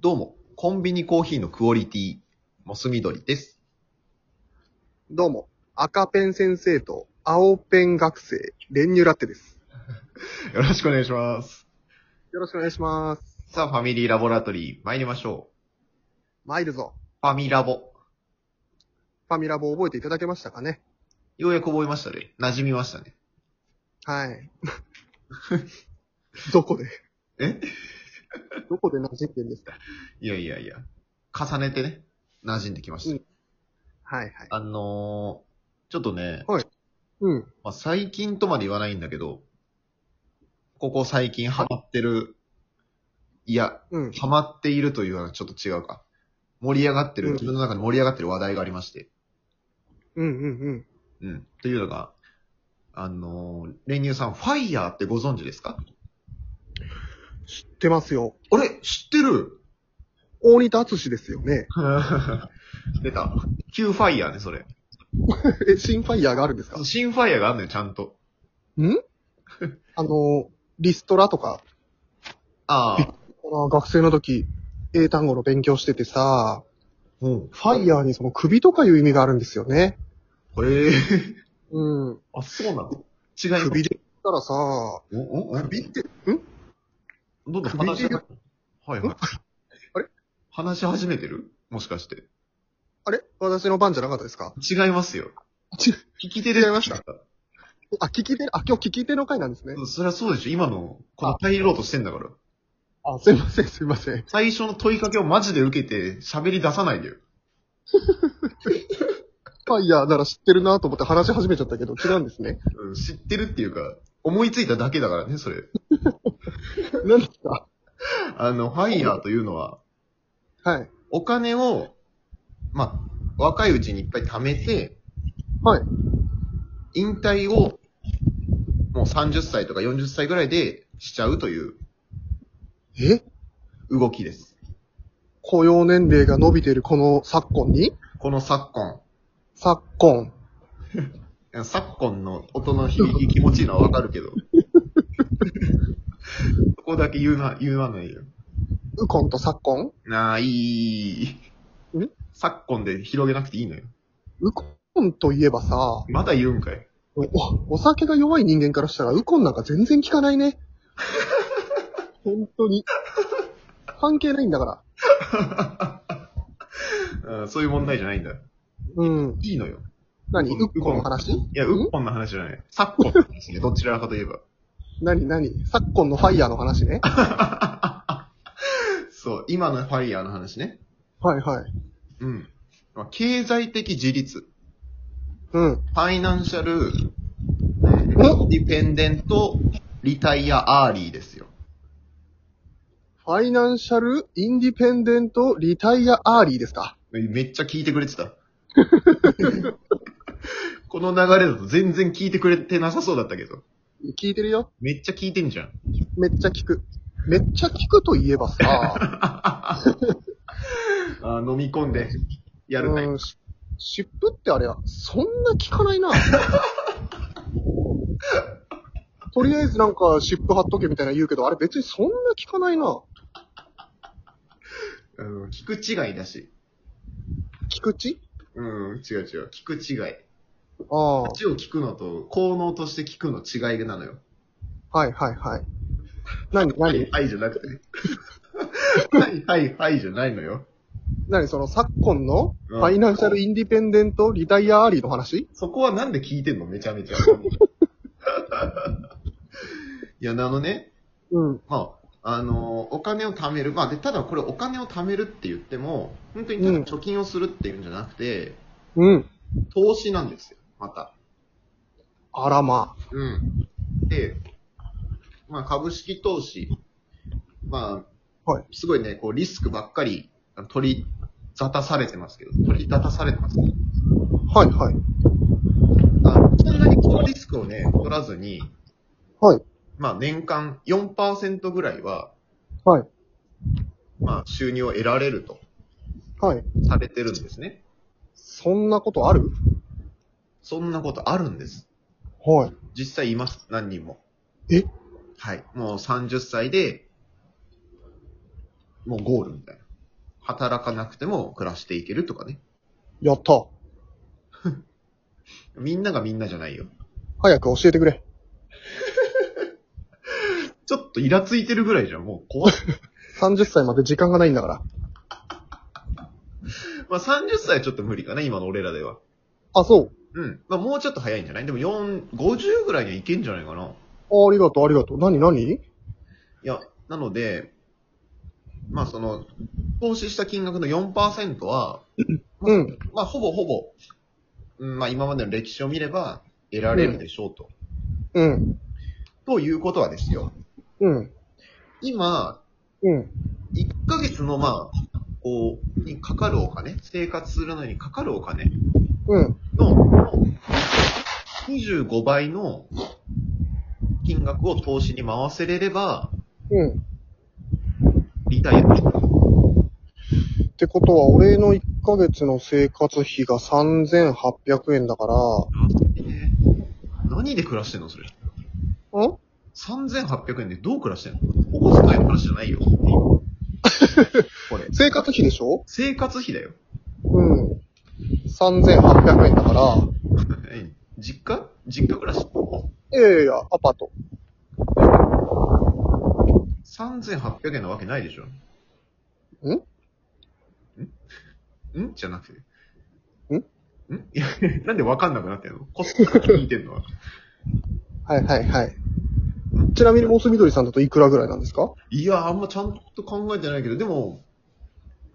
どうも、コンビニコーヒーのクオリティ、モスミドリです。どうも、赤ペン先生と青ペン学生、練乳ラッテです。よろしくお願いします。よろしくお願いします。さあ、ファミリーラボラトリー、参りましょ参るぞう。。ファミラボ。ファミラボ覚えていただけましたかねようやく覚えましたね。馴染みましたね。はい。 どこでえ どこで馴染んでんですかいやいやいや。重ねてね、馴染んできました。うんはいはい。あのー、ちょっとね、はいうん。まあ、最近とまで言わないんだけど、ここ最近ハマってる、いや、うん。ハマっているというのはちょっと違うか。盛り上がってる、うん自分の中で盛り上がってる話題がありまして。うんうんうん。というのが、あのー、練乳さん、ファイヤーってご存知ですかうん。知ってますよ。あれ知って る大仁田敦ですよね。出た。旧ファイヤーね、それ。え、新ファイヤーがあるんですか新ファイヤーがあるのよ、ちゃんと。あのー、リストラとか、ああ。この学生の時、英単語の勉強しててさ、うん。ファイヤーにその首とかいう意味があるんですよね。へえ。うん。あ、そうなの違い首で言ったらさ、おおお首って、どんどん首話しではいはい。あれ話し始めてるもしかして。あれ私の番じゃなかったです か違いますよ。違聞き手で。違いましたあ、聞き手、あ、今日聞き手の回なんですねう。んそりゃそうでしょ。今の、この入ろうとしてんだから。あ、すいません、すいません。最初の問いかけをマジで受けて喋り出さないでよ。ファイヤーなら知ってるなと思って話し始めちゃったけど、違うんですね。 うん知ってるっていうか、思いついただけだからね、それ。何ですかあの、ファイヤーというのは、はい。お金を、まあ、若いうちにいっぱい貯めて、はい。引退を、もう30歳とか40歳ぐらいでしちゃうというえ動きです。雇用年齢が伸びているこの昨今にこの昨今。昨今。昨今の音の響 き気持ちいいのはわかるけど。 そこだけ言うな、言わないよ。ウコンと昨今なあ、いい。ん昨今で広げなくていいのよ。ウコンといえばさ、まだ言うんかい。おお酒が弱い人間からしたらウコンなんか全然効かない ね。本当に。関係ないんだから。うんそういう問題じゃないんだ。うん。いいのよ。何ウウコンッコンの話いや、ウッポンの話じゃない。昨今の話 ね。どちらかといえば。 何何昨今のファイヤーの話ね。そう、今のファイヤーの話ね。はいはい。うん。まあ経済的自立。うん。ファイナンシャル、おディペンデント、リタイアアーリーですよ。ファイナンシャル、インディペンデント、リタイアアーリーですかめっちゃ聞いてくれて た。この流れだと全然聞いてくれてなさそうだったけど。聞いてるよ。めっちゃ聞いてんじゃん。めっちゃ聞く。めっちゃ聞くといえばさ、 あー飲み込んで やるタイプ。うん、し湿布ってあれは、そんな聞かな いな。とりあえずなんか湿布貼っとけみたいな言うけど、あれ別にそんな聞かないな。うん、聞く違いだし。菊池うん、違う違う。聞く違い。ああ、こっちを聞くのと、効能として聞くの違いなのよ。はいはいはい。何はい、何はいじゃな くてね。はい、はい、はいじゃないのよ。何その昨今のうんファイナンシャルインディペンデント、リタイアアーリーの話そこはなんで聞いてんのめちゃめ ちゃ。いや、あのね、うん。まあ、あのお金を貯める。まあ、で、ただこれお金を貯めるって言っても、本当にただ貯金をするっていうんじゃなくて、うん。投資なんですよ、また。あらまあ。うん。で、まあ、株式投資。まあ、はいすごいね、こう、リスクばっかりあの取り沙汰されてますけど、取り沙汰されてますけど、はいはい。あのそんなにこのリスクをね、取らずに、はい。まあ、年間4%ぐらいは、はい。まあ、収入を得られるとはい。されてるんですね。そんなことあるそんなことあるんです。はい。実際います、何人も。えはい。もう30歳で、もうゴールみたいな。働かなくても暮らしていけるとかね。やった。みんながみんなじゃないよ。早く教えてくれ。ちょっとイラついてるぐらいじゃん、もう怖い。 30歳まで時間がないんだから。まあ30歳はちょっと無理かな、今の俺らでは。あ、そう。うん。まあもうちょっと早いんじゃないでも4、50ぐらいにはいけんじゃないかな。あありがとう、ありがとう。何、何いや、なので、まあその、投資した金額の4%は、うん。まあほぼほぼ、うんまあ今までの歴史を見れば得られるでしょうと。うん。ということはですよ。うん。今、うん。 1ヶ月のまあ、こう、にかかるお金、生活するのにかかるお金うん。の、の25倍の金額を投資に回せれれば、うん。リタイアできる。ってことは、俺の1ヶ月の生活費が3800円だから、えー何で暮らしてんのそれ。ん3800円でどう暮らしてんのお小遣いの話じゃ ないよ。これ。生活費でしょ生活費だよ。 うん。3800円だから、え実家実家暮らしいやいやいや、アパート。 ?3800 円なわけないでしょ。んんんじゃなくて。んんいや、なんでわかんなくなってんのコスト聞いてんのは。 はいはいはい。ちなみに、モスみどりさんだといくらぐらいなんですかいや、あんまちゃんと考えてないけど、でも、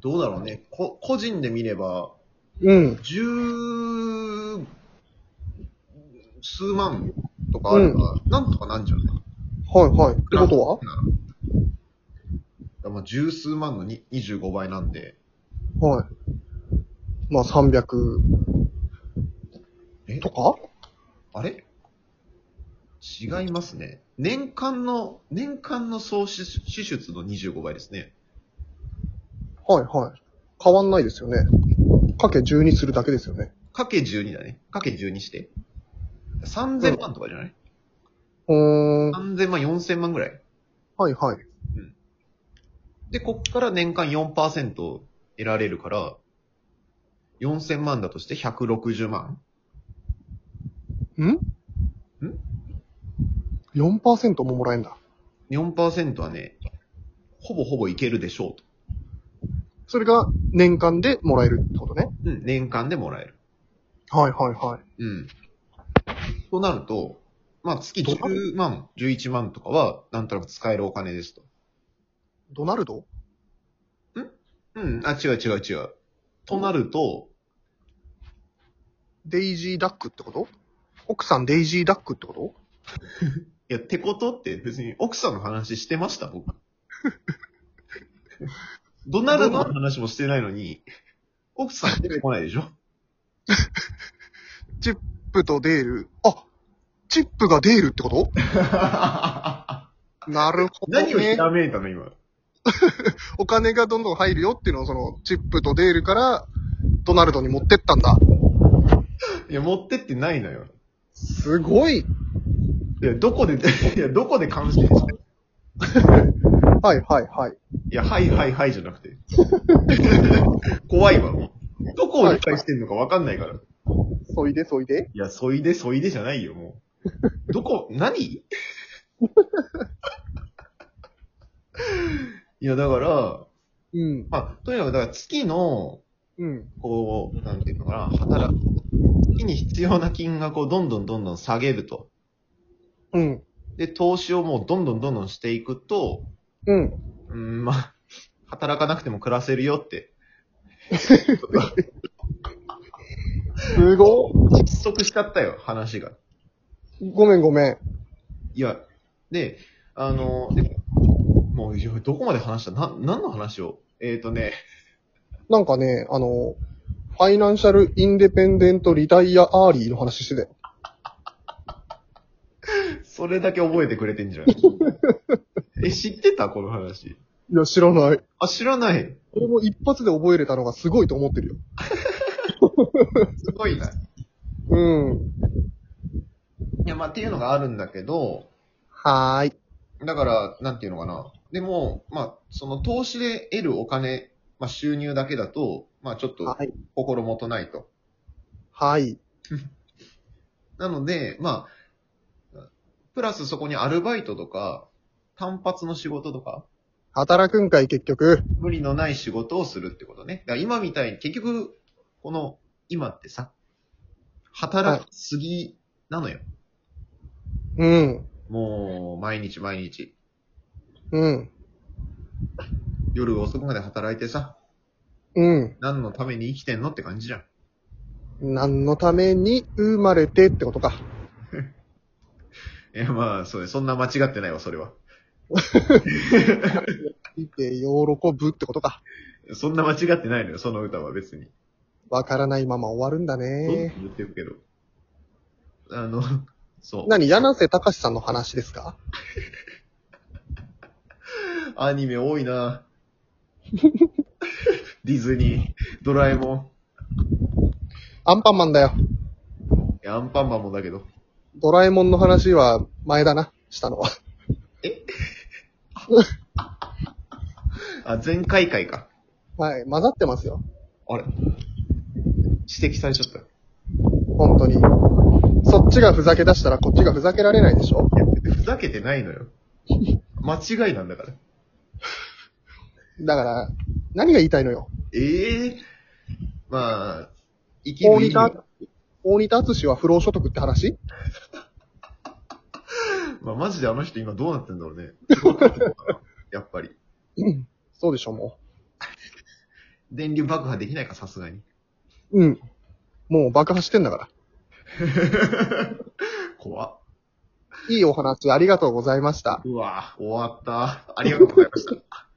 どうだろうね。こ個人で見れば、うん。十、数万とかあれば、なんとかなんじゃないはいはい。ってことはまあ、十数万のに25倍なんで、はい。まあ、300えとかあれ違いますね。年間の、年間の総支支出の25倍ですね。はいはい。変わんないですよね。かけ12するだけですよね。かけ12だね。かけ12して。3000万とかじゃない、うーん。は ?3000 万、4000万ぐらい。いはい。で、こっから年間4%得られるから、4000万だとして160万んん ?4% ももらえんだ。 ?4% はね、ほぼほぼいけるでしょうと。それが年間でもらえるってことね。うん、年間でもらえる。はいはいはうん。となると、まあ月10万、11万とかは、なんとなく使えるお金ですと。い。ドナルドうん、あ、違う違う違う。となると、デイジーダックってこと奥さんデイジーダックってこといや、てことって別に奥さんの話してました僕。ドナルドの話もしてないのに、奥さん出てこないでしょチップとデール。あチップがデールってことなるほど、ね。 何をひらめいたの今。お金がどんどん入るよっていうのを、その、チップとデールから、ドナルドに持ってったんだ。いや、持ってってないのよ。すごい。いや、どこで、 いや、どこで監視してんのはいはいはい。いや、はいはいはいじゃなく て。怖いわ、もう。どこを理解してんのかわかんないから。いそいでそいで。や、そいでそいでじゃないよ、もう。どこ、 何いや、だから、うん。まあ、とにかく、だから月の、うん。こう、なんていうのかな、働く。月に必要な金額をどんどんどんどん下げると。うん。で、投資をもうどんどんどんどんしていくと、うん。うん、まあ、働かなくても暮らせるよって、すご。失速しちゃったよ、話が。ごめんごめん。いや、で、あの、でもう、いやどこまで話したな、何の話をえっ、ー、とね、なんかね、あの、ファイナンシャルインデペンデントリタイアアーリーの話してたよ。それだけ覚えてくれてん じゃん。え、知ってたこの話。いや、知らない。あ、知らない。俺も一発で覚えれたのがすごいと思ってるよ。すごいな。いうん。や、まあ、っていうのがあるんだけど、はーい。だから、なんていうのかな。でも、まあ、その投資で得るお金、まあ収入だけだと、まあちょっとはい。心もとないと。はい。なので、まあ、プラスそこにアルバイトとか、単発の仕事とか、働くんかい、結局。無理のない仕事をするってことね。だから今みたいに、結局、この、今ってさ、働きすぎなのよ。うん。もう、毎日毎日。うん。夜遅くまで働いてさ、うん。何のために生きてんのって感じじゃん。何のために生まれてってことか。いや、まあ、そうね。そんな間違ってないわ、それは。いて喜ぶってことか。そんな間違ってないのよ、その歌は別に。わからないまま終わるんだどんどんね。言ってるけど。あの、そう。何、柳瀬隆さんの話ですかアニメ多いな ディズニー、ドラえもアンパンマンだよ。ん。いや、アンパンマンもだけど。ドラえもんの話は前だな、したのは。あ、前回回か。はい、混ざってますよ。あれ指摘されちゃった。本当に。そっちがふざけ出したらこっちがふざけられないでしょいやふざけてないのよ。間違いなんだから。だから、何が言いたいのよ。ええまあ、生き大る意仁味田、大仁田敦は不労所得って話まあ、マジであの人今どうなってんだろうね。 やっぱり。うん。そうでしょ、も電流爆破できないか、さすがに。 う。うん。もう爆破してんだから。怖っいいお話ありがとうございました。うわ終わった。ありがとうございました。